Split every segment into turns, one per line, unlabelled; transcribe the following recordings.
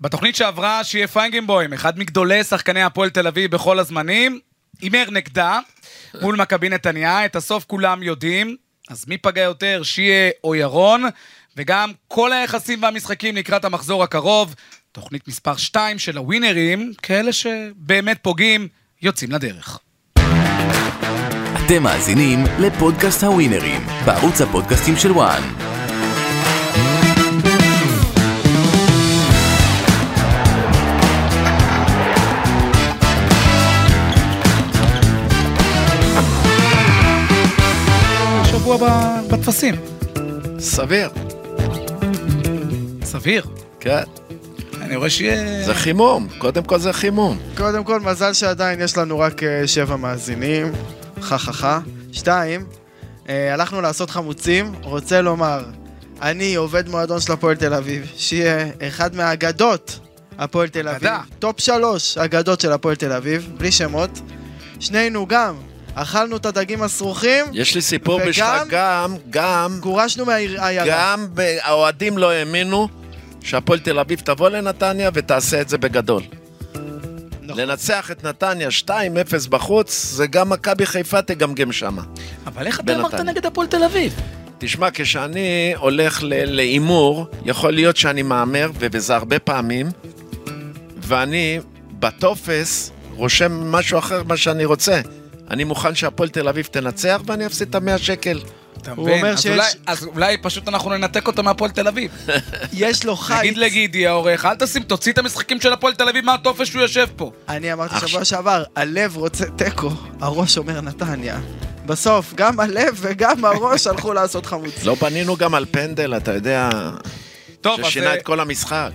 בתוכנית שעברה, שיהיה פיינגנבוים, אחד מגדולי שחקני הפועל תל אביב בכל הזמנים, הימר נגדה מול מכבי נתניה, את הסוף כולם יודעים, אז מי פגע יותר, שיה או ירון, וגם כל היחסים והמשחקים לקראת המחזור הקרוב, תוכנית מספר 2 של הווינרים, כאלה שבאמת פוגעים, יוצאים לדרך.
אתם מאזינים לפודקאסט הווינרים, בערוץ הפודקאסטים של וואן.
שבוע ב- בטפסים,
סביר,
סביר.
כן.
אני רואה שיהיה...
זה חימום, קודם כל זה חימום.
קודם כל, מזל שעדיין יש לנו רק אה, שבע מאזינים, חה חה חה. שתיים, אה, הלכנו לעשות חמוצים, רוצה לומר, אני עובד מועדון של הפועל תל אביב, שיהיה אחד מהאגדות הפועל תל אביב.
אגדה.
טופ שלוש אגדות של הפועל תל אביב, בלי שמות. שנינו גם אכלנו את הדגים הסרוחים,
יש לי סיפור
וגם-
בשבילך, גם, גם,
גורשנו מהעיירה.
גם ב- האוהדים לא האמינו שהפועל תל אביב תבוא לנתניה ותעשה את זה בגדול.
נכון.
לנצח את נתניה 2-0 בחוץ, זה גם מכבי חיפה תגמגם שמה.
אבל איך אתה
בנתניה.
אמרת נגד הפועל תל אביב?
תשמע, כשאני הולך ל- להימור, יכול להיות שאני מהמר, וזה הרבה פעמים, ואני בטופס רושם משהו אחר ממה שאני רוצה. אני מוכן שהפועל תל אביב תנצח ואני אפסיד את המאה שקל.
אתה
הוא
מבין?
אומר
אז
שיש-
אולי- אז אולי פשוט אנחנו ננתק אותו מהפועל תל אביב.
יש לו חיץ.
תגיד לגידי העורך, אל תשים, תוציא את המשחקים של הפועל תל אביב מהטופס שהוא יושב פה.
אני אמרתי
עכשיו-
שבוע שעבר, הלב רוצה תיקו, הראש אומר נתניה. בסוף, גם הלב וגם הראש הלכו לעשות חמוץ.
לא בנינו גם על פנדל, אתה יודע,
טוב, אז
ששינה
אה,
את כל המשחק.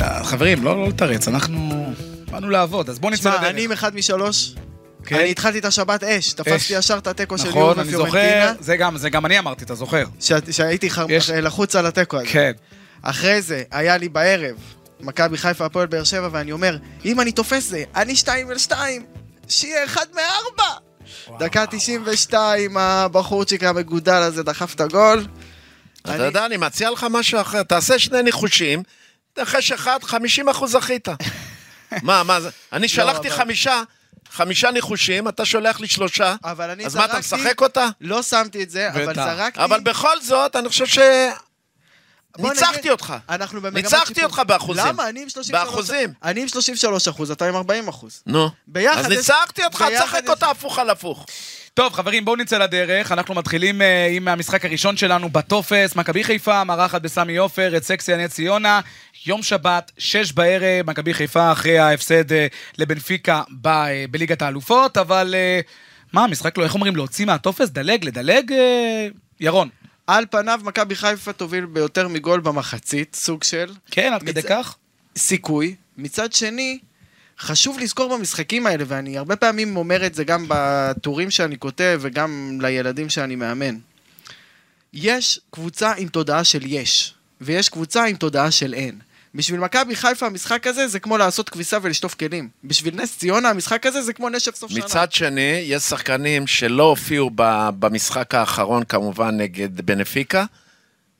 אה, חברים, לא לא לתרץ, אנחנו באנו לעבוד, אז בואו נצא
תשמע,
לדרך.
אני עם אחד משלוש,
כן?
אני התחלתי את השבת אש, תפסתי
אש.
ישר את התיקו של יורו
נכון, אני
ופיורנטינה,
אה?
זוכר, זה גם, זה גם אני אמרתי, אתה זוכר.
שה- שהייתי חר-
יש-
לחוץ על התיקו הזה.
כן.
אחרי זה, היה לי בערב, מכבי חיפה, הפועל באר שבע, ואני אומר, אם אני תופס זה, אני שתיים אל שתיים, שיהיה אחד מארבע! דקה 92, הבחורצ'יק המגודל הזה דחף את הגול.
אתה
אני-
יודע, אני מציע לך משהו אחר, תעשה שני ניחושים, נחש אחד, 50 אחוז זכית. מה, מה זה? אני שלחתי
לא, אבל-
חמישה, חמישה ניחושים, אתה שולח לי שלושה.
אבל אני
אז מה,
זרקתי...
אתה משחק אותה?
לא שמתי את זה, אבל
בטח.
זרקתי...
אבל בכל זאת, אני חושב ש...
בוא
ניצחתי
נגיד,
אותך.
אנחנו במגמת
ניצחתי
שיפור.
אותך באחוזים.
למה? אני עם 33...
באחוזים.
אני עם 33 אחוז, אתה עם 40 אחוז.
נו.
ביחד
אז
יש-
ניצחתי אותך,
ביחד
צחק
יש-
אותה הפוך על הפוך.
טוב, חברים, בואו נצא לדרך. אנחנו מתחילים אה, עם המשחק הראשון שלנו בטופס. מכבי חיפה, מארחת בסמי עופר, את סקסי עניה ציונה. יום שבת, שש בערב, מכבי חיפה אחרי ההפסד אה, לבנפיקה ב, אה, בליגת האלופות, אבל אה, מה, המשחק לא, איך אומרים, להוציא מהטופס? דלג, לדלג? אה, ירון.
על פניו, מכבי חיפה תוביל ביותר מגול במחצית, סוג של
כן, עד כדי
מצ-
כך?
סיכוי. מצד שני, חשוב לזכור במשחקים האלה, ואני הרבה פעמים אומר את זה גם בטורים שאני כותב וגם לילדים שאני מאמן. יש קבוצה עם תודעה של יש, ויש קבוצה עם תודעה של אין. בשביל מכבי חיפה המשחק הזה זה כמו לעשות כביסה ולשטוף כלים. בשביל נס ציונה המשחק הזה זה כמו נשף סוף שנה.
מצד שני, יש שחקנים שלא הופיעו ב- במשחק האחרון, כמובן, נגד בנפיקה,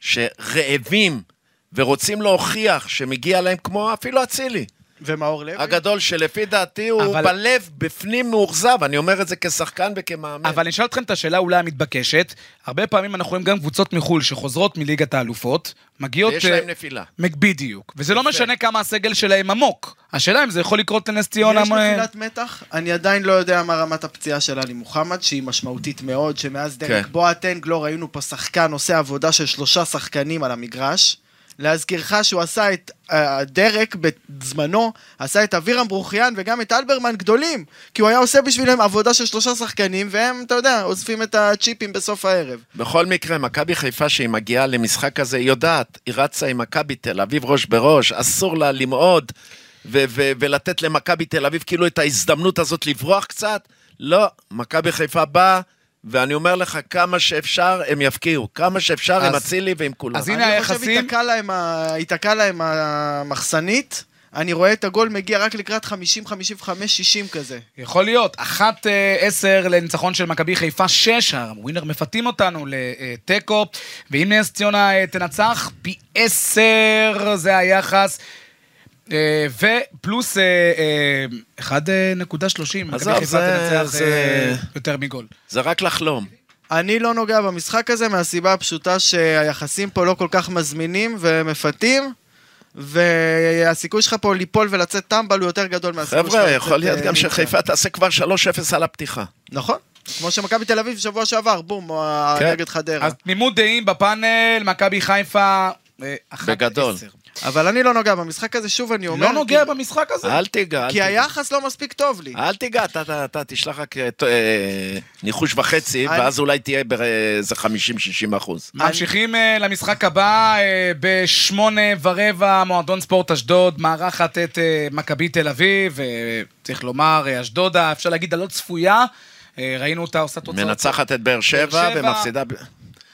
שרעבים ורוצים להוכיח שמגיע להם כמו אפילו אצילי.
ומאור לוי?
הגדול שלפי דעתי הוא
אבל-
בלב, בפנים מאוכזב, אני אומר את זה כשחקן וכמאמן.
אבל אני אשאל אתכם את השאלה אולי המתבקשת. הרבה פעמים אנחנו רואים גם קבוצות מחו"ל שחוזרות מליגת האלופות, מגיעות...
ויש
אה,
להם נפילה.
מק- בדיוק. וזה לא משנה כמה הסגל שלהם עמוק. השאלה אם זה יכול לקרות לנס ציונה... אה,
יש
מ-
נפילת מתח, אני עדיין לא יודע מה רמת הפציעה של עלי מוחמד, שהיא משמעותית מאוד, שמאז דרק
כן.
בואטנג לא ראינו פה שחקן עושה עבודה של שלושה שחקנים על המגרש. להזכירך שהוא עשה את אה, דרק בזמנו, עשה את אבירם ברוכיאן וגם את אלברמן גדולים, כי הוא היה עושה בשבילם עבודה של שלושה שחקנים, והם, אתה יודע, עוזבים את הצ'יפים בסוף הערב.
בכל מקרה, מכבי חיפה, שהיא מגיעה למשחק הזה, היא יודעת, היא רצה עם מכבי תל אביב ראש בראש, אסור לה למעוד ו- ו- ולתת למכבי תל אביב כאילו את ההזדמנות הזאת לברוח קצת. לא, מכבי חיפה באה, ואני אומר לך, כמה שאפשר הם יפקיעו, כמה שאפשר
אז-
עם אצילי ועם כולם.
אז הנה
אני חושב
היחסים-
ייתקע להם ה- ייתקע להם המחסנית, אני רואה את הגול מגיע רק לקראת 50, 55, 60 כזה.
יכול להיות. אחת אה, עשר לניצחון של מכבי חיפה, שש, הווינר מפתים אותנו לתיקו, ואם נס ציונה אה, תנצח, פי עשר זה היחס. אה, ופלוס אה, אה, 1.30,
עזוב,
מכבי חיפה
זה-
תנצח
זה-
אה, יותר מגול.
זה רק לחלום.
אני לא נוגע במשחק הזה מהסיבה הפשוטה שהיחסים פה לא כל כך מזמינים ומפתים, והסיכוי שלך פה ליפול ולצאת טמבל הוא יותר גדול מהסיכוי שלך.
חבר'ה,
לצאת,
יכול להיות
אה,
גם
ניצחון.
שחיפה תעשה כבר 3-0 על הפתיחה.
נכון. כמו שמכבי תל אביב שבוע שעבר, בום, אה,
כן.
נגד חדרה.
אז תמימות דעים בפאנל, מכבי חיפה, אה, אחת
בגדול.
עשר.
אבל אני לא נוגע במשחק הזה, שוב אני אומר.
לא נוגע
כי-
במשחק הזה.
אל תיגע, אל אה.
כי
תיגע.
היחס לא מספיק טוב לי.
אל תיגע, אתה- אתה אתה תשלח רק אה, ת- אה, ניחוש וחצי,
אני-
ואז אולי תהיה אה, באיזה 50-60 אחוז.
ממשיכים אה, למשחק הבא, אה, בשמונה ורבע, מועדון ספורט אשדוד, מארחת את אה, מכבי תל אביב, אה, צריך לומר, אה, אשדודה, אפשר להגיד, הלא צפויה, אה, ראינו אותה עושה תוצאות.
מנצחת את באר שבע
באר שבע.
ומפסידה, ב-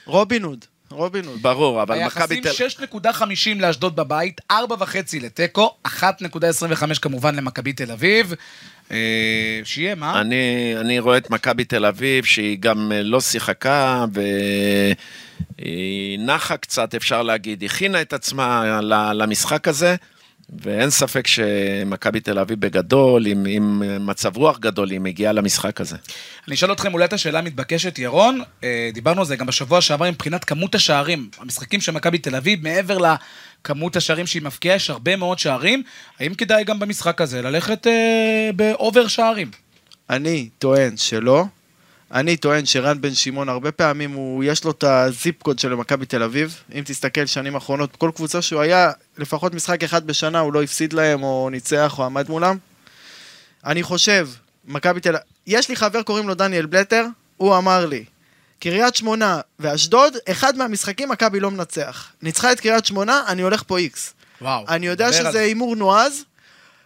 רובין הוד, רובין הוד.
ברור, אבל מכבי
היחסים
תל...
6.50 לאשדוד בבית, 4.5 לתיקו, 1.25 כמובן למכבי תל אביב. אה, שיהיה, מה?
אני, אני רואה את מכבי תל אביב, שהיא גם אה, לא שיחקה, והיא נחה קצת, אפשר להגיד, הכינה את עצמה ל- למשחק הזה, ואין ספק שמכבי תל אביב בגדול, עם, עם מצב רוח גדול, היא מגיעה למשחק הזה.
אני אשאל אתכם אולי את השאלה המתבקשת, ירון, אה, דיברנו על זה גם בשבוע שעבר מבחינת כמות השערים. המשחקים של מכבי תל אביב, מעבר לכמות השערים שהיא מפקיעה, יש הרבה מאוד שערים. האם כדאי גם במשחק הזה ללכת אה, באובר שערים?
אני טוען שלא. אני טוען שרן בן שמעון, הרבה פעמים הוא, יש לו את הזיפ קוד של מכבי תל אביב. אם תסתכל שנים אחרונות, כל קבוצה שהוא היה, לפחות משחק אחד בשנה, הוא לא הפסיד להם, או ניצח, או עמד מולם. אני חושב, מכבי תל אביב, יש לי חבר, קוראים לו דניאל בלטר, הוא אמר לי, קריית שמונה ואשדוד, אחד מהמשחקים מכבי לא מנצח. ניצחה את קריית שמונה, אני הולך פה איקס.
וואו.
אני יודע
דבר על
שזה
זה.
הימור נועז.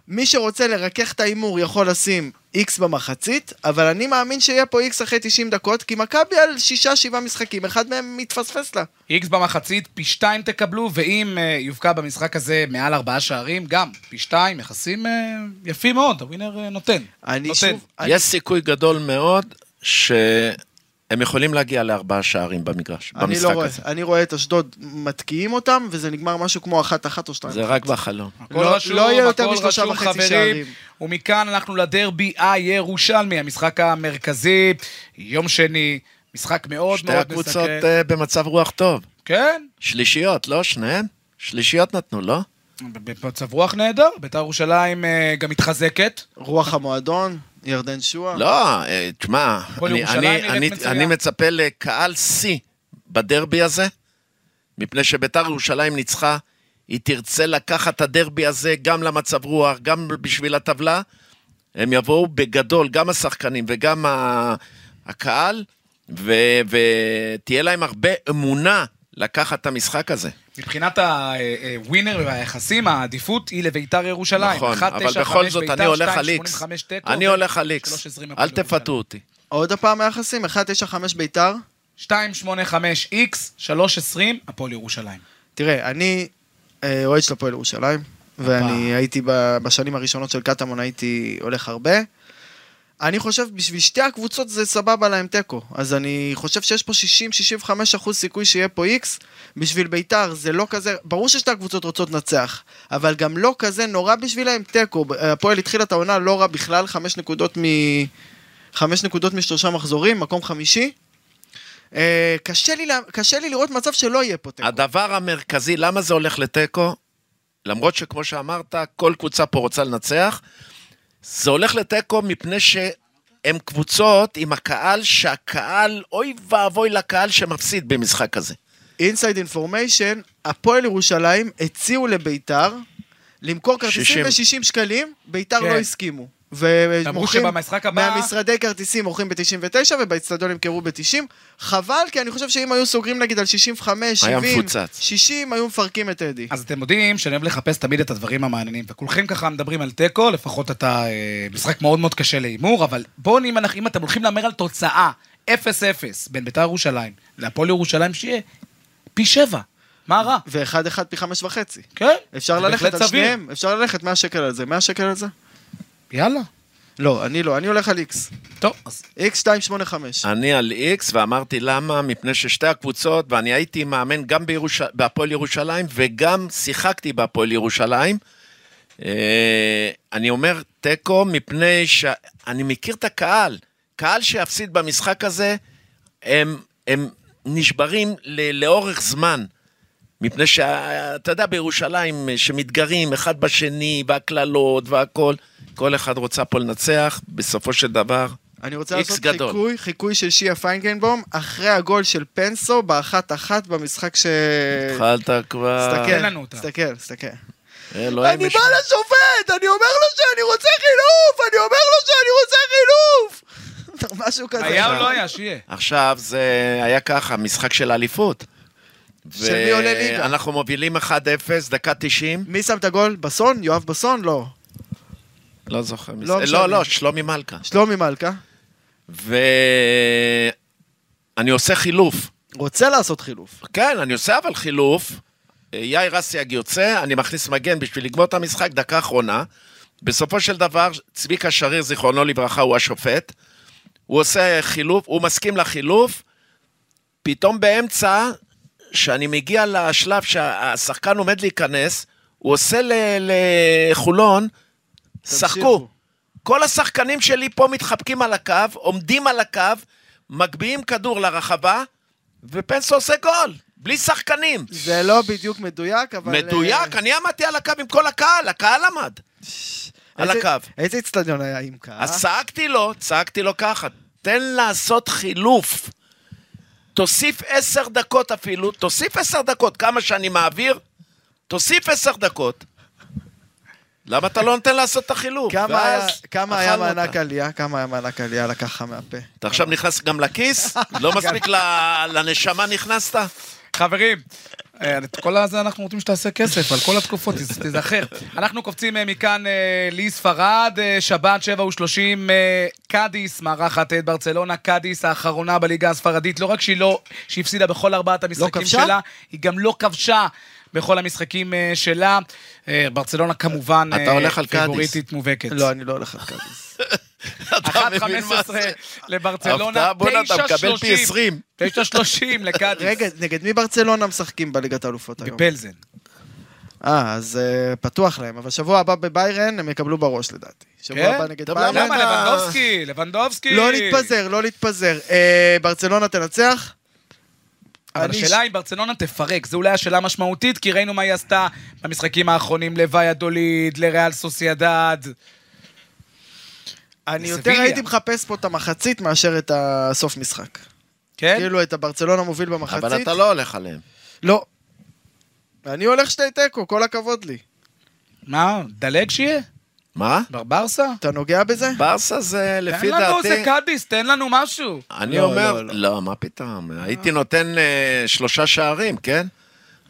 מי שרוצה לרכך את ההימור יכול לשים איקס במחצית, אבל אני מאמין שיהיה פה איקס אחרי 90 דקות, כי מכבי על שישה, שבעה משחקים, אחד מהם מתפספס לה.
איקס במחצית, פי שתיים תקבלו, ואם אה, יובקע במשחק הזה מעל ארבעה שערים, גם פי שתיים, יחסים אה, יפים מאוד, הווינר אה, נותן.
אני
נותן.
שוב... אני-
יש סיכוי גדול מאוד שהם יכולים להגיע לארבעה שערים במגרש,
אני
במשחק
לא רואה,
הזה.
אני רואה את אשדוד מתקיעים אותם, וזה נגמר משהו כמו אחת-אחת או שתיים.
זה רק בחלום.
הכל
לא-
רשום,
לא יהיה יותר
הכל
משלושה
רשום,
וחצי
חברים.
שערים.
ומכאן אנחנו לדרבי הירושלמי, המשחק המרכזי, יום שני, משחק מאוד
שתי
מאוד
הקבוצות
מסקרן.
אה, במצב רוח טוב.
כן,
שלישיות, לא? שניהם? שלישיות נתנו, לא?
במצב רוח נהדר, בית"ר ירושלים אה, גם מתחזקת.
רוח המועדון, ירדן שועה.
לא, אה, תשמע,
הפועל
אני-
ירושלים
אני-
נראית
אני-
מצוין.
אני מצפה לקהל שיא בדרבי הזה, מפני שביתר ירושלים ניצחה, היא תרצה לקחת את הדרבי הזה גם למצב רוח, גם בשביל הטבלה. הם יבואו בגדול, גם השחקנים וגם ה- הקהל, ו- ותהיה להם הרבה אמונה לקחת את המשחק הזה.
מבחינת הווינר והיחסים, העדיפות היא לביתר ירושלים.
נכון,
1.95
אבל בכל זאת
ביתר,
אני הולך
2.85
על איקס.
תיקו,
אני הולך על איקס.
3.20
אל
הפועל
תפתו אותי.
עוד הפעם היחסים, 1-9-5 ביתר.
ירושלים. 2.85x, 3.20 הפועל ירושלים.
תראה, אני אה, אוהד של הפועל ירושלים, ואני הייתי ב- בשנים הראשונות של קטמון, הייתי הולך הרבה. אני חושב, בשביל שתי הקבוצות זה סבבה להם תיקו. אז אני חושב שיש פה 60-65 אחוז סיכוי שיהיה פה איקס. בשביל ביתר זה לא כזה, ברור ששתי הקבוצות רוצות לנצח, אבל גם לא כזה נורא בשבילהם תיקו. הפועל התחילה את העונה לא רע בכלל, חמש נקודות מ... חמש נקודות משלושה מחזורים, מקום חמישי. אה, קשה לי, לה- קשה לי לראות מצב שלא יהיה פה תיקו.
הדבר המרכזי, למה זה הולך לתיקו? למרות שכמו שאמרת, כל קבוצה פה רוצה לנצח, זה הולך לתיקו מפני שהם קבוצות עם הקהל, שהקהל, אוי ואבוי לקהל שמפסיד במשחק הזה.
אינסייד אינפורמיישן, הפועל ירושלים הציעו לביתר למכור כרטיסים
60.
ב-60 שקלים, ביתר
כן.
לא הסכימו. ו-
אמרו
מוכרים-
שבמשחק הבא-
מהמשרדי כרטיסים מוכרים ב-99 ובאצטדיון ימכרו ב-90. חבל, כי אני חושב שאם היו סוגרים נגיד על 65,
היה
70,
מפוצץ.
60, היו מפרקים את אדי.
אז אתם יודעים שאני אוהב לחפש תמיד את הדברים המעניינים, וכולכם ככה מדברים על תיקו, לפחות אתה אה, משחק מאוד מאוד קשה להימור, אבל בואו אם, אנחנו- אם אתם הולכים להמר על תוצאה 0-0 בין בית"ר ירושלים להפועל ירושלים, שיהיה פי שבע. מה רע?
ואחד אחד פי חמש וחצי.
כן.
אפשר
זה
ללכת
בהחלט
על
סביר.
שניהם, אפשר ללכת 100 שקל על זה, 100 שקל על זה?
יאללה.
לא, אני לא, אני הולך על איקס.
טוב, אז
איקס 285.
אני על איקס, ואמרתי למה, מפני ששתי הקבוצות, ואני הייתי מאמן גם בירוש... בהפועל ירושלים, וגם שיחקתי בהפועל ירושלים. אה, אני אומר תיקו, מפני שאני מכיר את הקהל. קהל שיפסיד במשחק הזה, הם, הם נשברים ל... לאורך זמן. מפני שאתה יודע, בירושלים, אה, שמתגרים אחד בשני, והקללות והכל, כל אחד רוצה פה לנצח, בסופו של דבר,
אני רוצה
איקס
לעשות
גדול.
חיקוי, חיקוי של שיה פיינגנבום, אחרי הגול של פנסו באחת אחת במשחק ש...
התחלת כבר...
תן לנו
תסתכל,
אותה.
תסתכל, תסתכל.
אלוהים
אני
ישמע.
בא לשופט, אני אומר לו שאני רוצה חילוף, אני אומר לו שאני רוצה חילוף! משהו כזה.
היה או לא היה, שיהיה.
עכשיו זה היה ככה, משחק של אליפות.
של מי עולה ליגה?
אנחנו מובילים 1-0, דקה 90.
מי שם את הגול? בסון? יואב בסון? לא.
לא זוכר. מי
לא
זה.
משנה.
לא, לא, שלומי מלכה.
שלומי מלכה.
ואני עושה חילוף.
רוצה לעשות חילוף.
כן, אני עושה אבל חילוף. אה, יאיר אסיאג יוצא, אני מכניס מגן בשביל לגמור את המשחק, דקה אחרונה. בסופו של דבר, צביקה שריר, זיכרונו לברכה, הוא השופט. הוא עושה חילוף, הוא מסכים לחילוף. פתאום באמצע, שאני מגיע לשלב שהשחקן עומד להיכנס, הוא עושה ל- לחולון, שחקו. כל השחקנים שלי פה מתחבקים על הקו, עומדים על הקו, מגביהים כדור לרחבה, ופנסו עושה גול, בלי שחקנים.
זה לא בדיוק מדויק, אבל... אה,
מדויק, אני עמדתי על הקו עם כל הקהל, הקהל עמד. על
איזה- אה?
הקו.
איזה אצטדיון היה עם קהל?
אז צעקתי לו, צעקתי לו ככה, תן לעשות חילוף. תוסיף עשר דקות אפילו, תוסיף עשר דקות, כמה שאני מעביר, תוסיף עשר דקות. למה אתה לא נותן לעשות את החילוף?
כמה היה-
ואז
כמה היה
אכלנו אותה.
מענק עלייה? כמה היה מענק עלייה לקח לך מהפה?
אתה עכשיו נכנס גם לכיס? לא מספיק ל- לנשמה נכנסת?
חברים, אה, את כל הזה אנחנו רוצים שתעשה כסף, על כל התקופות, תז- תיזכר. אנחנו קופצים אה, מכאן אה, לספרד, אה, שבת שבע ושלושים, אה, קאדיס מארחת את ברצלונה, קאדיס האחרונה בליגה הספרדית, לא רק שהיא לא, שהיא הפסידה בכל
לא
ארבעת המשחקים
כבשה?
שלה, היא גם לא כבשה. בכל המשחקים אה, שלה, אה, ברצלונה כמובן
אתה
אה,
הולך על קאדיס.
פיבוריטית מובהקת.
לא, אני לא הולך על קאדיס.
אתה מבין מה זה?
1.15 לברצלונה,
הפתעה, בואנה, אתה מקבל
9.30.
פי 20.
9.30 לקאדיס.
רגע, נגד מי ברצלונה משחקים בליגת האלופות היום?
בפלזן.
אה, אז אה, פתוח להם, אבל שבוע הבא בביירן הם יקבלו בראש לדעתי. שבוע
כן?
הבא נגד
טוב,
ביירן.
למה?
למה אתה-
לבנדובסקי, לבנדובסקי.
לא להתפזר, לא להתפזר. אה, ברצלונה תנצח?
אבל
אני-
השאלה אם ברצלונה תפרק, זו אולי השאלה המשמעותית, כי ראינו מה היא עשתה במשחקים האחרונים לוויאדוליד, לריאל סוסיידד.
אני יותר
לסביליה.
הייתי מחפש פה את המחצית מאשר את הסוף משחק.
כן?
כאילו את הברצלונה מוביל במחצית.
אבל אתה לא הולך עליהם.
לא. אני הולך שתי תיקו, כל הכבוד לי.
מה, דלג שיהיה?
מה?
ברברסה?
אתה נוגע בזה?
ברסה זה,
תן
לפי
לנו איזה
דעתי...
קאדיס, תן לנו משהו.
אני
לא,
אומר...
לא, לא.
לא, מה פתאום? הייתי נותן אה, שלושה שערים, כן?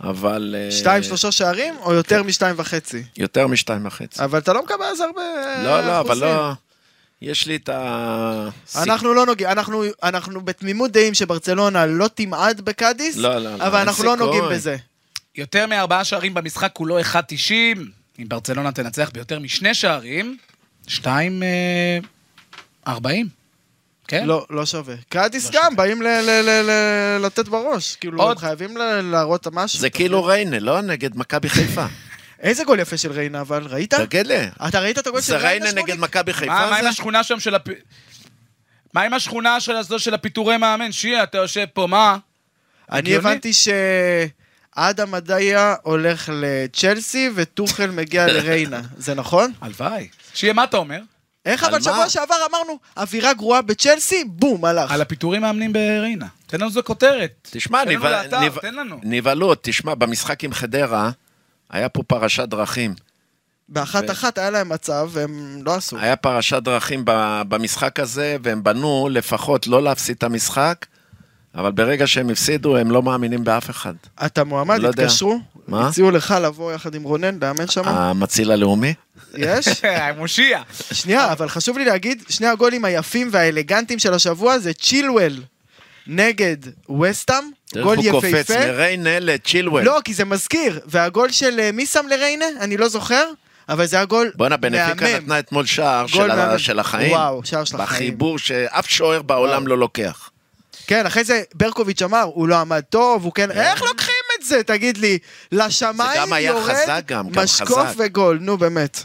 אבל... אה, כן.
שתיים, שלושה שערים, או יותר משתיים וחצי?
יותר משתיים וחצי.
אבל אתה לא מקבל אז
אה,
הרבה
לא, לא, אבל
אחוזים.
לא... יש לי את ה...
אנחנו לא נוגעים, אנחנו, אנחנו בתמימות דעים שברצלונה לא תמעד בקאדיס,
לא, לא, לא,
אבל
אין
אנחנו לא
סיכוי.
נוגעים בזה.
יותר מארבעה שערים במשחק כולו 1.90, אם ברצלונה תנצח ביותר משני שערים, 2.40. כן?
לא, לא שווה. קאדיס גם, באים ל- ל- ל- ל- לתת בראש. כאילו,
עוד-
הם חייבים ל- להראות משהו.
זה כאילו ריינה, לא? נגד מכבי חיפה.
כן.
איזה גול יפה של ריינה, אבל ראית?
תגיד לי.
אתה ראית את הגול של
זה
ריינה?
ריינה
שמוליק?
נגד מכבי חיפה?
מה, מה עם
זה?
השכונה שם של הפ... מה עם השכונה של הזו של הפיטורי מאמן? שיהיה, אתה יושב פה, מה?
אני
הגיוני?
הבנתי שאדם עדיה הולך לצ'לסי וטוחל מגיע לריינה. זה נכון?
הלוואי. שיהיה, מה אתה אומר?
איך
על
אבל שבוע
מה?
שעבר אמרנו, אווירה גרועה בצ'לסי, בום, הלך.
על הפיטורים מאמנים בריינה. תן לנו איזו כותרת.
תשמע,
תן לנו
נבהל-
לאתר,
נבהל-
תן לנו.
נבהלות, תשמע, במשחק עם חדרה, היה פה פרשת דרכים.
באחת אחת היה להם מצב, והם לא עשו.
היה פרשת דרכים ב- במשחק הזה, והם בנו לפחות לא להפסיד את המשחק, אבל ברגע שהם הפסידו, הם לא מאמינים באף אחד.
אתה מועמד,
לא יודע.
התקשרו,
מה? אה.
הציעו לך לבוא יחד עם רונן, לאמן שם,
המציל הלאומי?
יש?
אה,
מושיע.
שנייה, אבל חשוב לי להגיד, שני הגולים היפים והאלגנטיים של השבוע זה צ'ילואל. נגד וסטאם,
תראה
גול
איך הוא קופץ
יפהפה.
מריינה לצ'ילואל.
לא, כי זה מזכיר. והגול של אה, מי שם לריינה? אני לא זוכר, אבל זה היה גול
בואנה, בנפיקה
מהמם.
נתנה אתמול שער
גול
של, ה...
מהמם.
של החיים.
וואו, שער של החיים.
בחיבור שאף שוער בעולם לא לוקח.
כן, אחרי זה ברקוביץ' אמר, הוא לא עמד טוב, הוא כן... איך לוקחים את זה, תגיד לי? לשמיים
זה גם היה
יורד,
חזק גם, גם
משקוף
חזק.
וגול, נו באמת.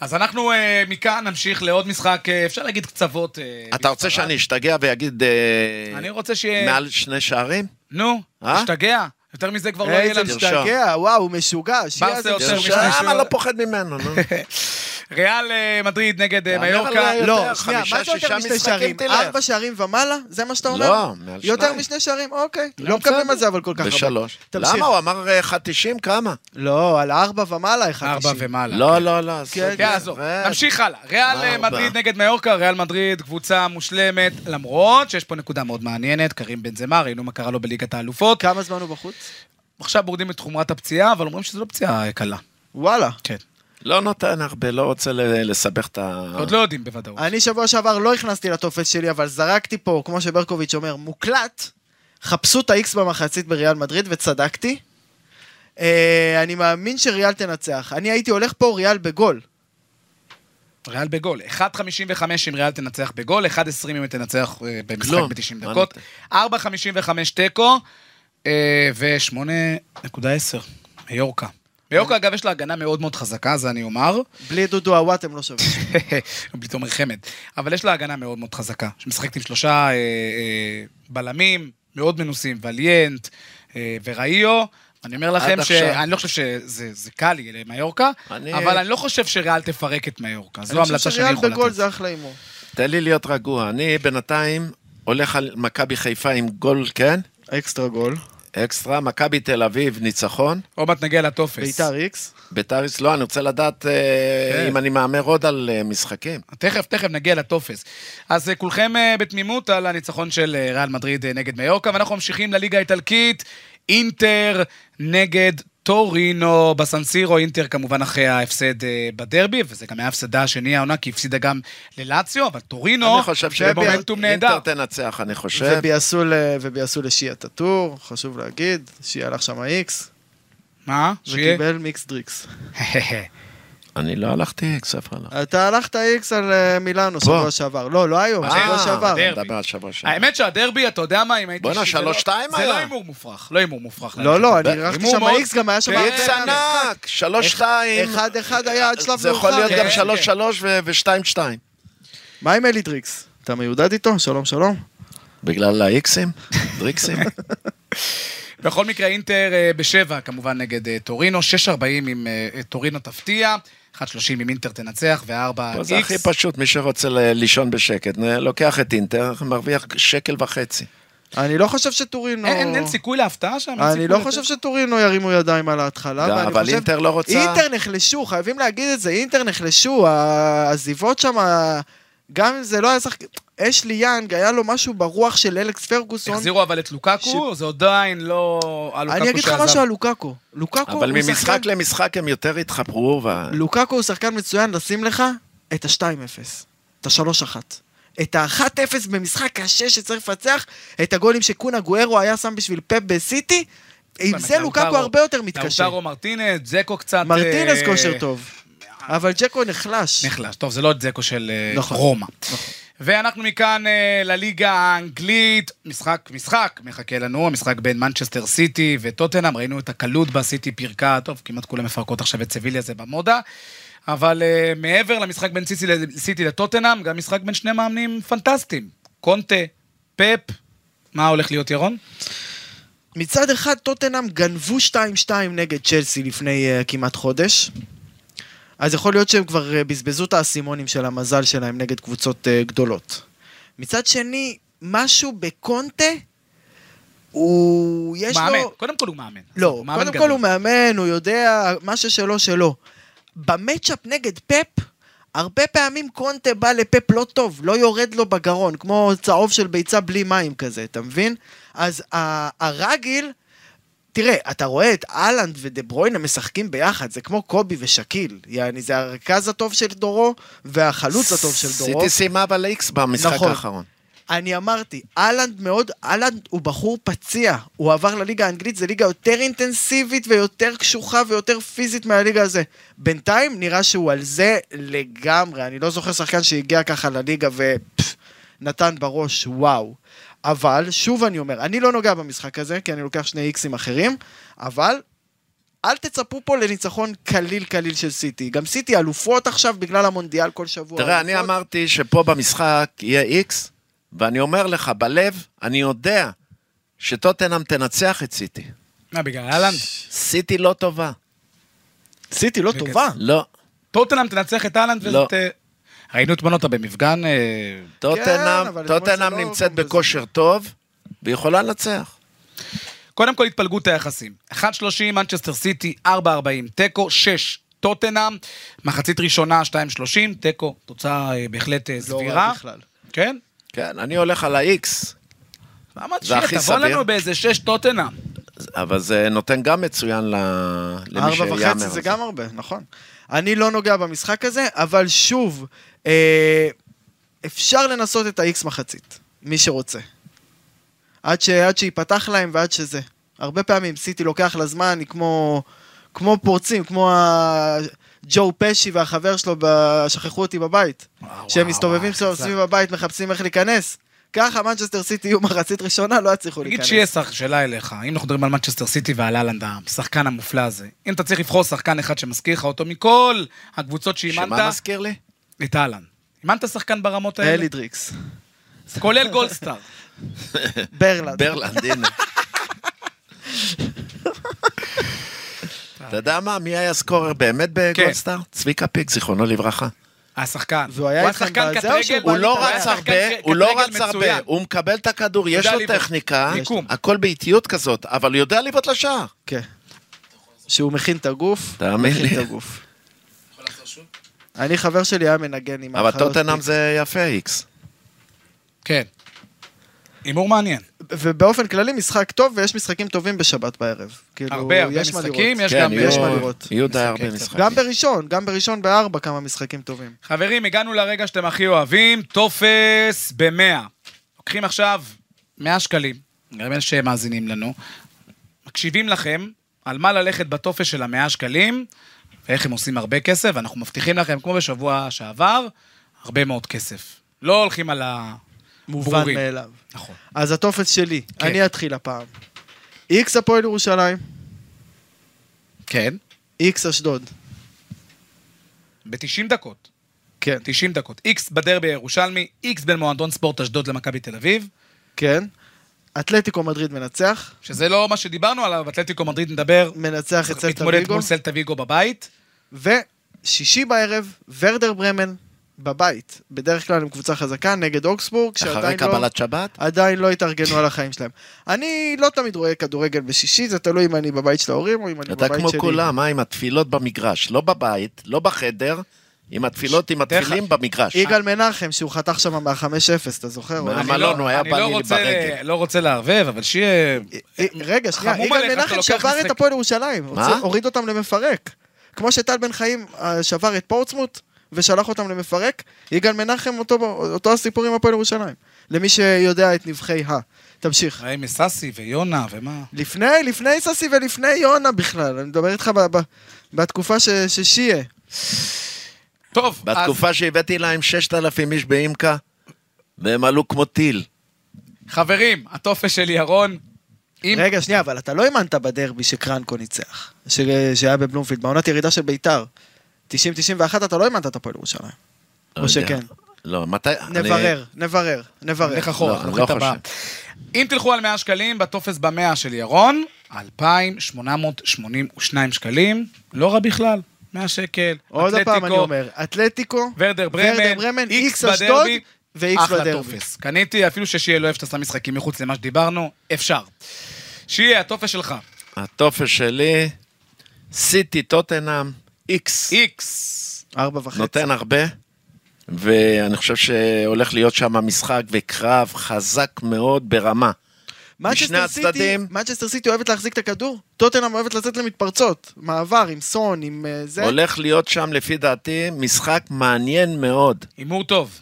אז אנחנו אה, מכאן נמשיך לעוד משחק, אה, אפשר להגיד קצוות. אה,
אתה רוצה
בקצרה.
שאני אשתגע ואגיד אה,
אני רוצה שיהיה...
מעל שני שערים?
נו,
אה?
תשתגע. יותר מזה כבר לא יהיה
איזה
לנו.
תרשום.
משתגע, וואו, הוא משוגע. שיעה
ברסה
זה
יותר
משוגע.
משני
למה
שוער-
לא פוחד ממנו, נו?
ריאל אה, מדריד נגד אה,
תאמר
מיורקה.
עליי.
לא,
יותר,
שנייה,
חמישה,
מה זה יותר
שישה
משני
משחקים
שערים?
תלך.
ארבע שערים ומעלה? זה מה שאתה אומר?
לא, מעל
יותר
שניים.
משני שערים? אוקיי. לא מקבלים על זה אבל כל כך הרבה.
בשלוש.
תמשיך.
למה? הוא אמר אה, 1.90? כמה?
לא, על ארבע ומעלה אחד
ארבע
תשעים.
ומעלה.
לא, לא, לא. עזוב.
כן,
כן, עזוב.
רד.
נמשיך הלאה. ריאל אה,
ארבע.
מדריד נגד מיורקה, ריאל מדריד קבוצה מושלמת, למרות שיש פה נקודה מאוד מעניינת, קרים בן זמר, ראינו מה קרה לו בליגת האלופות.
כמה זמן הוא בחוץ?
עכשיו מורידים את חומרת הפציעה, אבל אומרים שזו לא פציעה קלה.
וואלה.
כן.
לא נותן הרבה, לא רוצה ל- לסבך את ה...
עוד לא יודעים בוודאות.
אני שבוע שעבר לא הכנסתי לטופס שלי, אבל זרקתי פה, כמו שברקוביץ' אומר, מוקלט. חפשו את ה-X במחצית בריאל מדריד, וצדקתי. אה, אני מאמין שריאל תנצח. אני הייתי הולך פה ריאל בגול.
ריאל בגול. 1.55 אם ריאל תנצח בגול, 1.20 אם היא תנצח אה, במשחק
כלום.
ב-90
מה
דקות. 4.55 תיקו, אה, ו-8.10, מיורקה. מיורקה, אגב, יש לה הגנה מאוד מאוד חזקה, זה אני אומר.
בלי דודו עוואט הם לא שווים.
בלי תומר חמד. אבל יש לה הגנה מאוד מאוד חזקה, שמשחקת עם שלושה אה, אה, בלמים מאוד מנוסים, וליאנט אה, וראיו. אני אומר לכם ש...
עכשיו.
אני לא חושב שזה זה קל יהיה למיורקה,
אני-
אבל אני לא חושב שריאל תפרק את מיורקה. זו
אני חושב
ההמלצה שאני
שריאל
יכול
בגול
לתת.
זה אחלה הימור.
תן לי להיות רגוע. אני בינתיים הולך על מכבי חיפה עם גול, כן?
אקסטרה גול.
אקסטרה, מכבי תל אביב, ניצחון.
עוד מעט נגיע לטופס.
ביתר איקס.
ביתר יש- לא, אני רוצה לדעת אה,
כן.
אם אני מהמר עוד על אה, משחקים.
תכף, תכף נגיע לטופס. אז אה, כולכם אה, בתמימות על הניצחון של אה, ריאל מדריד אה, נגד מיורקה, ואנחנו ממשיכים לליגה האיטלקית, אינטר נגד טורינו בסנסירו, אינטר כמובן אחרי ההפסד אה, בדרבי, וזה גם היה הפסדה השני העונה, כי היא הפסידה גם ללאציו, אבל טורינו,
אני חושב
לא, זה
שאינטר-
מומנטום נהדר.
אינטר תנצח, אני חושב.
וביאסו ל- וביאסו לשיעה את הטור, חשוב להגיד, שיעה הלך שם איקס,
מה? שיהיה?
וקיבל מיקס דריקס.
אני לא הלכתי, כסף הלך.
אתה הלכת איקס על אה, מילאנו שבוע שעבר. לא, לא היום, שבוע
אה,
שעבר.
בדרך.
אתה מדבר על שבוע שעבר.
האמת שהדרבי, אתה יודע מה, אם הייתי...
בואנה,
זה לא-
שלוש-שתיים
זה
היה.
לא הימור מופרך, לא הימור מופרך.
לא, לא, אני
הימור
הרחתי שם
מאוד-
איקס, גם היה שם...
כן,
איקס
הרבה-
ענק, שלוש שתיים.
אחד אחד היה עד שלב
זה יכול להיות
מאוחר.
גם
כן,
שלוש
כן.
שלוש ו- ושתיים שתיים.
מה עם אלי דריקס? אתה מיודד איתו? שלום שלום.
בגלל האיקסים? דריקסים?
בכל מקרה, אינטר אה, בשבע, כמובן, נגד אה, טורינו, 6.40 אם אה, אה, טורינו תפתיע, 1.30 אם אינטר תנצח,
פה
ו-4
זה הכי פשוט, מי שרוצה ל- לישון בשקט, נ- לוקח את אינטר, מרוויח שקל וחצי.
אני לא חושב שטורינו...
אין אין סיכוי להפתעה שם? אין
אני
סיכוי
לא
לזה?
חושב שטורינו ירימו ידיים על ההתחלה,
גם,
ואני
אבל
חושב-
אינטר לא רוצה-
אינטר נחלשו, חייבים להגיד את זה, אינטר נחלשו, העזיבות שם, גם אם זה לא היה שחק... אשלי יאנג, היה לו משהו ברוח של אלכס פרגוסון.
החזירו אבל את לוקקו, זה עדיין לא... הלוקקו
אני אגיד לך
שעזב.
משהו על לוקאקו. לוקאקו
אבל
הוא שחקן...
ממשחק למשחק הם יותר התחפרו, ו-
לוקאקו הוא שחקן מצוין, לשים לך את ה-2-0, את ה-3-1. את ה-1-0 במשחק קשה שצריך לפצח, את הגולים שקונה גוארו היה שם בשביל פאפ בסיטי, עם זה לוקאקו
לאוטרו-
הרבה יותר מתקשה.
לאוטרו מרטינז, זקו קצת...
מרטינז
אה,
כושר טוב, אבל ג'קו נחלש.
נחלש. טוב, זה לא את זקו של אה,
נכון.
רומא. ואנחנו מכאן אה, לליגה האנגלית, משחק, משחק, מחכה לנו, המשחק בין מנצ'סטר סיטי וטוטנאם, ראינו את הקלות בה, סיטי פירקה, טוב, כמעט כולם מפרקות עכשיו את סביליה זה במודה, אבל אה, מעבר למשחק בין סיטי, ל- סיטי לטוטנאם, גם משחק בין שני מאמנים פנטסטיים, קונטה, פפ, מה הולך להיות ירון?
מצד אחד, טוטנאם גנבו 2-2 נגד צ'לסי לפני uh, כמעט חודש. אז יכול להיות שהם כבר uh, בזבזו את האסימונים של המזל שלהם נגד קבוצות uh, גדולות. מצד שני, משהו בקונטה, הוא... יש
מאמן,
לו...
קודם כל הוא מאמן.
לא,
הוא מאמן
קודם
גדול.
כל הוא מאמן, הוא יודע, מה ששלו שלו. במצ'אפ נגד פפ, הרבה פעמים קונטה בא לפפ לא טוב, לא יורד לו בגרון, כמו צהוב של ביצה בלי מים כזה, אתה מבין? אז ה- הרגיל, תראה, אתה רואה את אהלנד ודה ברוינה משחקים ביחד, זה כמו קובי ושקיל. יעני, זה הרכז הטוב של דורו והחלוץ הטוב של דורו.
סיטי סיימה אבל איקס במשחק
נכון.
האחרון.
אני אמרתי, אהלנד מאוד, אהלנד הוא בחור פציע. הוא עבר לליגה האנגלית, זו ליגה יותר אינטנסיבית ויותר קשוחה ויותר פיזית מהליגה הזה. בינתיים נראה שהוא על זה לגמרי. אני לא זוכר שחקן שהגיע ככה לליגה ונתן בראש, וואו. אבל, שוב אני אומר, אני לא נוגע במשחק הזה, כי אני לוקח שני איקסים אחרים, אבל אל תצפו פה לניצחון קליל קליל של סיטי. גם סיטי אלופות עכשיו בגלל המונדיאל כל שבוע.
תראה, אני
אלופות.
אמרתי שפה במשחק יהיה איקס, ואני אומר לך, בלב, אני יודע שטוטנאם תנצח את סיטי.
מה, בגלל אהלנד?
סיטי לא טובה.
סיטי לא טובה.
לא.
טוטנאם תנצח את אהלנד
לא.
וזאת... אה, ראינו אתמול אותה במפגן... אה,
טוטנאם
אבל אתמול
טוטנאם
זה לא
נמצאת
גם בזה.
בכושר טוב, ויכולה לנצח.
קודם כל התפלגות היחסים. 1.30 מנצ'סטר סיטי, 4.40 תיקו, 6 טוטנאם, מחצית ראשונה 2.30 תיקו, תוצאה אה, בהחלט אה,
לא רע
סבירה.
בכלל.
כן?
כן, אני הולך על ה-X,
אמרתי
זה
שיהיה,
הכי
תבוא
סביר.
לנו באיזה 6 טוטנאם.
אבל זה נותן גם מצוין ל- למי
ארבע
שיאמר.
וחצי
על
זה גם הרבה, נכון. אני לא נוגע במשחק הזה, אבל שוב, אה, אפשר לנסות את ה-X מחצית, מי שרוצה. עד, ש, עד שיפתח להם ועד שזה. הרבה פעמים סיטי לוקח לה זמן, היא כמו, כמו פורצים, כמו ה- ג'ו פשי והחבר שלו, ב... שכחו אותי בבית.
וואו,
שהם
וואו,
מסתובבים
וואו,
סביב-
חזק.
סביב הבית, מחפשים איך להיכנס. ככה מנצ'סטר סיטי יהיו מחצית ראשונה, לא יצליחו
תגיד
להיכנס.
שיהיה שח- שאלה אליך, אם אנחנו מדברים על מנצ'סטר סיטי ועל אהלנד, השחקן המופלא הזה, אם אתה צריך לבחור שחקן אחד שמזכיר לך אותו מכל הקבוצות
אוקיי,
שמה
שאימנת,
מזכיר לי?
את אהלנד. אימנת שחקן ברמות האלה?
אלי דריקס.
כולל גולדסטאר.
ברלנד.
ברלנד, הנה. אתה יודע מה, מי היה סקורר באמת בגולדסטאר? צביקה פיק, זיכרונו לברכה.
השחקן.
והוא היה איתכם
שחקן
בזה
קט
או שהוא
רגל,
בא
הוא לא
היה
רץ
שחקן
הרבה,
ק- קט
הוא לא
רגל
רץ הרבה,
מצוין.
הוא מקבל את הכדור, יש
יודע
לו
לבעוט.
טכניקה,
מיקום.
הכל באיטיות כזאת, אבל הוא יודע לבעוט לשער.
כן. שהוא מכין את הגוף,
תאמין
מכין
לי.
את הגוף. אני, חבר שלי היה מנגן עם
אבל
האחיות.
טוטנאם זה יפה, איקס.
כן. הימור מעניין.
ובאופן כללי, משחק טוב, ויש משחקים טובים בשבת בערב. כאילו,
הרבה הרבה
יש מה
משחקים,
לראות.
יש
כן,
גם... אה,
יש
יהיו-
מה לראות.
יהיו די הרבה
משחקי
משחקים.
גם בראשון, גם בראשון בארבע כמה משחקים טובים.
חברים, הגענו לרגע שאתם הכי אוהבים, טופס ב-100. לוקחים עכשיו 100 שקלים, גם אלה שמאזינים לנו, מקשיבים לכם על מה ללכת בטופס של ה-100 שקלים, ואיך הם עושים הרבה כסף, ואנחנו מבטיחים לכם, כמו בשבוע שעבר, הרבה מאוד כסף. לא הולכים על ה...
מובן
ברורים.
מאליו.
נכון.
אז הטופס שלי,
כן.
אני אתחיל הפעם. איקס הפועל ירושלים,
כן.
איקס אשדוד.
ב-90 דקות.
כן.
90 דקות. איקס בדרבי הירושלמי, איקס בין מועדון ספורט אשדוד למכבי תל אביב,
כן. אתלטיקו מדריד מנצח,
שזה לא מה שדיברנו עליו, אתלטיקו מדריד נדבר,
מנצח את סלטה
מתמודד
ויגו.
מול סלטה ויגו בבית.
ושישי בערב, ורדר ברמן בבית. בדרך כלל עם קבוצה חזקה נגד אוגסבורג,
אחרי
שעדיין לא,
קבלת שבת?
עדיין לא התארגנו על החיים שלהם. אני לא תמיד רואה כדורגל בשישי, זה תלוי אם אני בבית של ההורים או אם אני
אתה
בבית
כמו
שלי.
כולם, אה, עם התפילות במגרש, לא בבית, לא בחדר, עם התפילות, עם
דרך-
התפילים במגרש.
יגאל מנחם, שהוא חתך שם מה-5-0, אתה זוכר?
מה,
אני-
אני
המלון,
לא-
הוא היה
אני
בא
לא
לי
רוצה-
ברגל.
לא רוצה לערבב, אבל שיהיה...
אה, רגע, שנייה,
חמום
יגאל
עליך, אתה
מנחם
לוקח
שבר את
משחק.
הפועל ירושלים.
מה?
הוציא- הוריד אותם למפרק. כמו שטל בן חיים אה, שבר את פורצמוט ושלח אותם למפרק, יגאל מנחם אותו- אותו הסיפור עם הפועל ירושלים. למי שיודע את נבחי ה. תמשיך.
ראם מססי ויונה ומה.
לפני, לפני ססי ולפני יונה בכלל, אני מדבר איתך ב- ב- בתקופה ש- ששיה.
טוב, אז
בתקופה שהבאתי להם 6,000 איש באימקה, והם עלו כמו טיל. לא
חברים, הטופס של ירון, אם...
רגע, שנייה, אבל אתה לא האמנת בדרבי שקרנקו ניצח, ש- שהיה בבלומפילד, בעונת ירידה של ביתר. 90-91 אתה לא האמנת את הפועל ירושלים.
לא
או
יודע.
שכן.
לא, מתי... אני-
נברר, נברר, נברר.
נלך אחורה,
לא, אני
נוריד את
לא
הבא. אם תלכו על 100 שקלים, בטופס במאה של ירון, 2,882 שקלים, לא רע בכלל, 100 שקל.
עוד פעם
אתלטיקו,
אני אומר, אתלטיקו,
ורדר ברמן,
איקס
איקס
אשדוד
בדרבי,
ואיקס
אחלה
בדרבי.
טופס. קניתי, אפילו ששיהיה לא אוהב שתעשה משחקים מחוץ למה שדיברנו, אפשר. שיהיה, הטופס שלך.
הטופס שלי, סיטי טוטנאם, איקס,
איקס.
ארבע וחצי.
נותן הרבה, ואני חושב שהולך להיות שם משחק וקרב חזק מאוד ברמה.
מנצ'סטר
משני
סיטי-
הצדדים.
מנצ'סטר סיטי אוהבת להחזיק את הכדור, טוטנאם אוהבת לצאת למתפרצות. מעבר עם סון, עם אה, זה.
הולך להיות שם, לפי דעתי, משחק מעניין מאוד.
הימור טוב.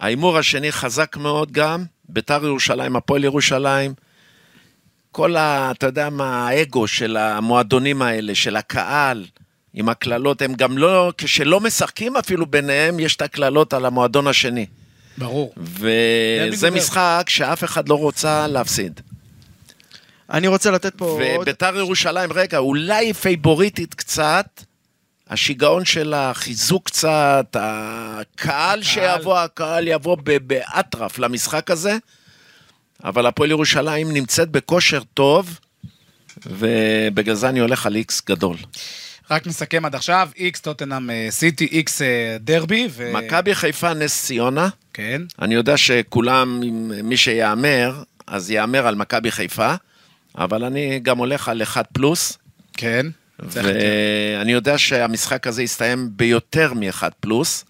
ההימור השני חזק מאוד גם, ביתר ירושלים, הפועל ירושלים. כל ה... אתה יודע מה, האגו של המועדונים האלה, של הקהל, עם הקללות, הם גם לא... כשלא משחקים אפילו ביניהם, יש את הקללות על המועדון השני.
ברור.
וזה
גובר.
משחק שאף אחד לא רוצה להפסיד.
אני רוצה לתת פה עוד...
וביתר ירושלים, רגע, אולי היא פייבוריטית קצת, השיגעון שלה, החיזוק קצת, הקהל שיבוא, הקהל יבוא ב- באטרף למשחק הזה, אבל הפועל ירושלים נמצאת בכושר טוב, ובגלל זה אני הולך על איקס גדול.
רק נסכם עד עכשיו, איקס טוטנאם אה, סיטי, איקס אה, דרבי, ו...
מכבי חיפה, נס ציונה,
כן.
אני יודע שכולם, מי שיהמר, אז יהמר על מכבי חיפה, אבל אני גם הולך על 1 פלוס.
כן. צריך יותר.
ואני יודע שהמשחק הזה יסתיים ביותר מ-1 פלוס.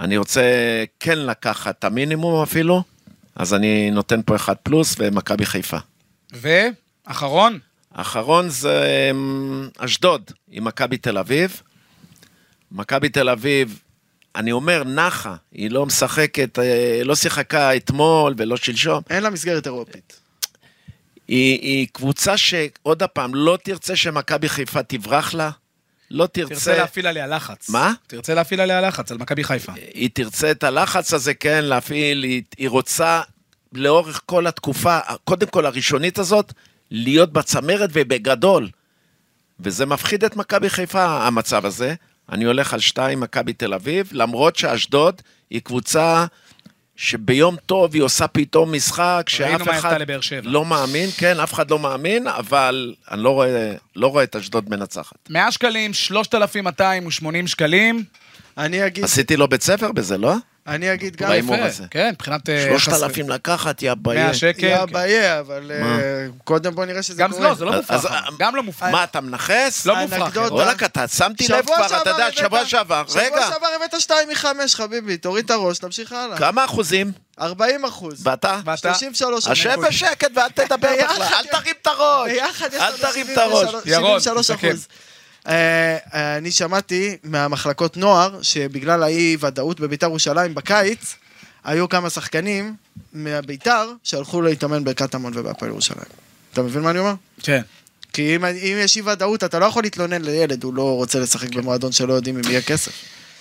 אני רוצה כן לקחת את המינימום אפילו, אז אני נותן פה 1 פלוס ומכבי חיפה.
ואחרון,
האחרון זה אמ, אשדוד עם מכבי תל אביב. מכבי תל אביב, אני אומר, נחה, היא לא משחקת, אה, לא שיחקה אתמול ולא שלשום.
אין לה מסגרת אירופית.
היא, היא קבוצה שעוד הפעם, לא תרצה שמכבי חיפה תברח לה, לא תרצה...
תרצה להפעיל עליה לחץ.
מה?
תרצה להפעיל עליה לחץ, על מכבי חיפה.
היא תרצה את הלחץ הזה, כן, להפעיל, היא, היא רוצה לאורך כל התקופה, קודם כל הראשונית הזאת, להיות בצמרת ובגדול. וזה מפחיד את מכבי חיפה, המצב הזה. אני הולך על שתיים, מכבי תל אביב, למרות שאשדוד היא קבוצה שביום טוב היא עושה פתאום משחק,
ראינו
שאף
מה עשתה
אחד
לבאר שבע.
לא מאמין, כן, אף אחד לא מאמין, אבל אני לא רואה, לא רואה את אשדוד מנצחת.
100 שקלים, 3,280 שקלים.
אני אגיד,
עשיתי לו בית ספר בזה, לא?
אני אגיד גם...
אולי ההימור
יפה,
הזה.
כן, מבחינת... אה, חס-
3,000 לקחת, יא ביי.
100 שקל.
יא
כן.
בעיה, אבל אה, קודם בוא נראה שזה
גם
קורה.
לא, זה לא
אז-
מופרך.
אז-
גם לא מופרך.
מה, אתה מנכס?
לא מופרך.
אנקדוטה.
וואלכ, אתה שמתי לב
שבוע
כבר,
שעבר
אתה יודע,
הבאת-
שבוע שעבר. רגע,
שבוע שעבר הבאת 2 מ-5, חביבי, תוריד את הראש, תמשיך הלאה.
כמה אחוזים?
40 אחוז.
ואתה?
ואתה?
33
אז שב
אחוז.
בשקט ואל תדבר
ביחד
בכלל, אל
יש-
תרים את הראש.
ביחד יש
אל
לנו
תרים את הראש.
73
ירון,
73
תסכם.
אחוז. אה, אה, אני שמעתי מהמחלקות נוער, שבגלל האי ודאות בביתר ירושלים בקיץ, היו כמה שחקנים מהביתר שהלכו להתאמן בקטמון ובהפועל ירושלים. אתה מבין מה אני אומר?
כן.
כי אם, אם יש אי ודאות, אתה לא יכול להתלונן לילד, הוא לא רוצה לשחק במועדון שלא יודעים אם יהיה כסף.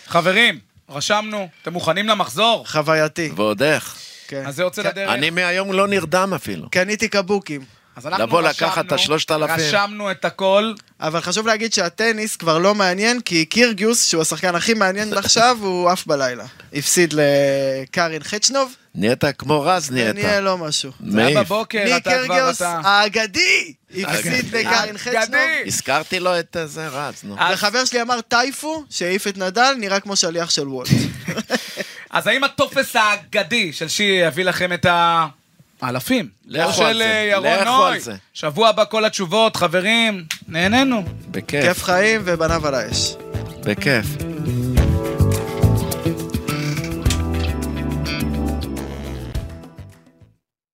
חברים, רשמנו, אתם מוכנים למחזור?
חווייתי.
ועוד איך.
כן.
אז זה יוצא
כן.
לדרך.
אני מהיום לא נרדם אפילו.
קניתי קבוקים.
אז אנחנו
לבוא
רשמנו-
לקחת את ה-3,000.
רשמנו את הכל.
אבל חשוב להגיד שהטניס כבר לא מעניין, כי קירגיוס, שהוא השחקן הכי מעניין עכשיו, הוא עף בלילה. הפסיד לקארין חצ'נוב,
נהיית כמו רז
ונהיה
נהיית.
לו משהו.
זה היה
מעיף.
בבוקר,
ניק
כן, אתה כבר
קירגיוס
אתה...
האגדי הפסיד לקארין חצ'נוב.
אגדי!
הזכרתי לו את אה, זה, רז, נו.
אז-
וחבר שלי אמר טייפו, שהעיף את נדל, נראה כמו שליח של וולט.
אז האם הטופס האגדי של שירי יביא לכם את ה... אלפים.
לכו
או
על
של
זה,
אה, ירון
לכו
נוי.
על זה.
שבוע הבא כל התשובות, חברים, נהנינו.
בכיף,
כיף חיים ובניו על האש.
בכיף.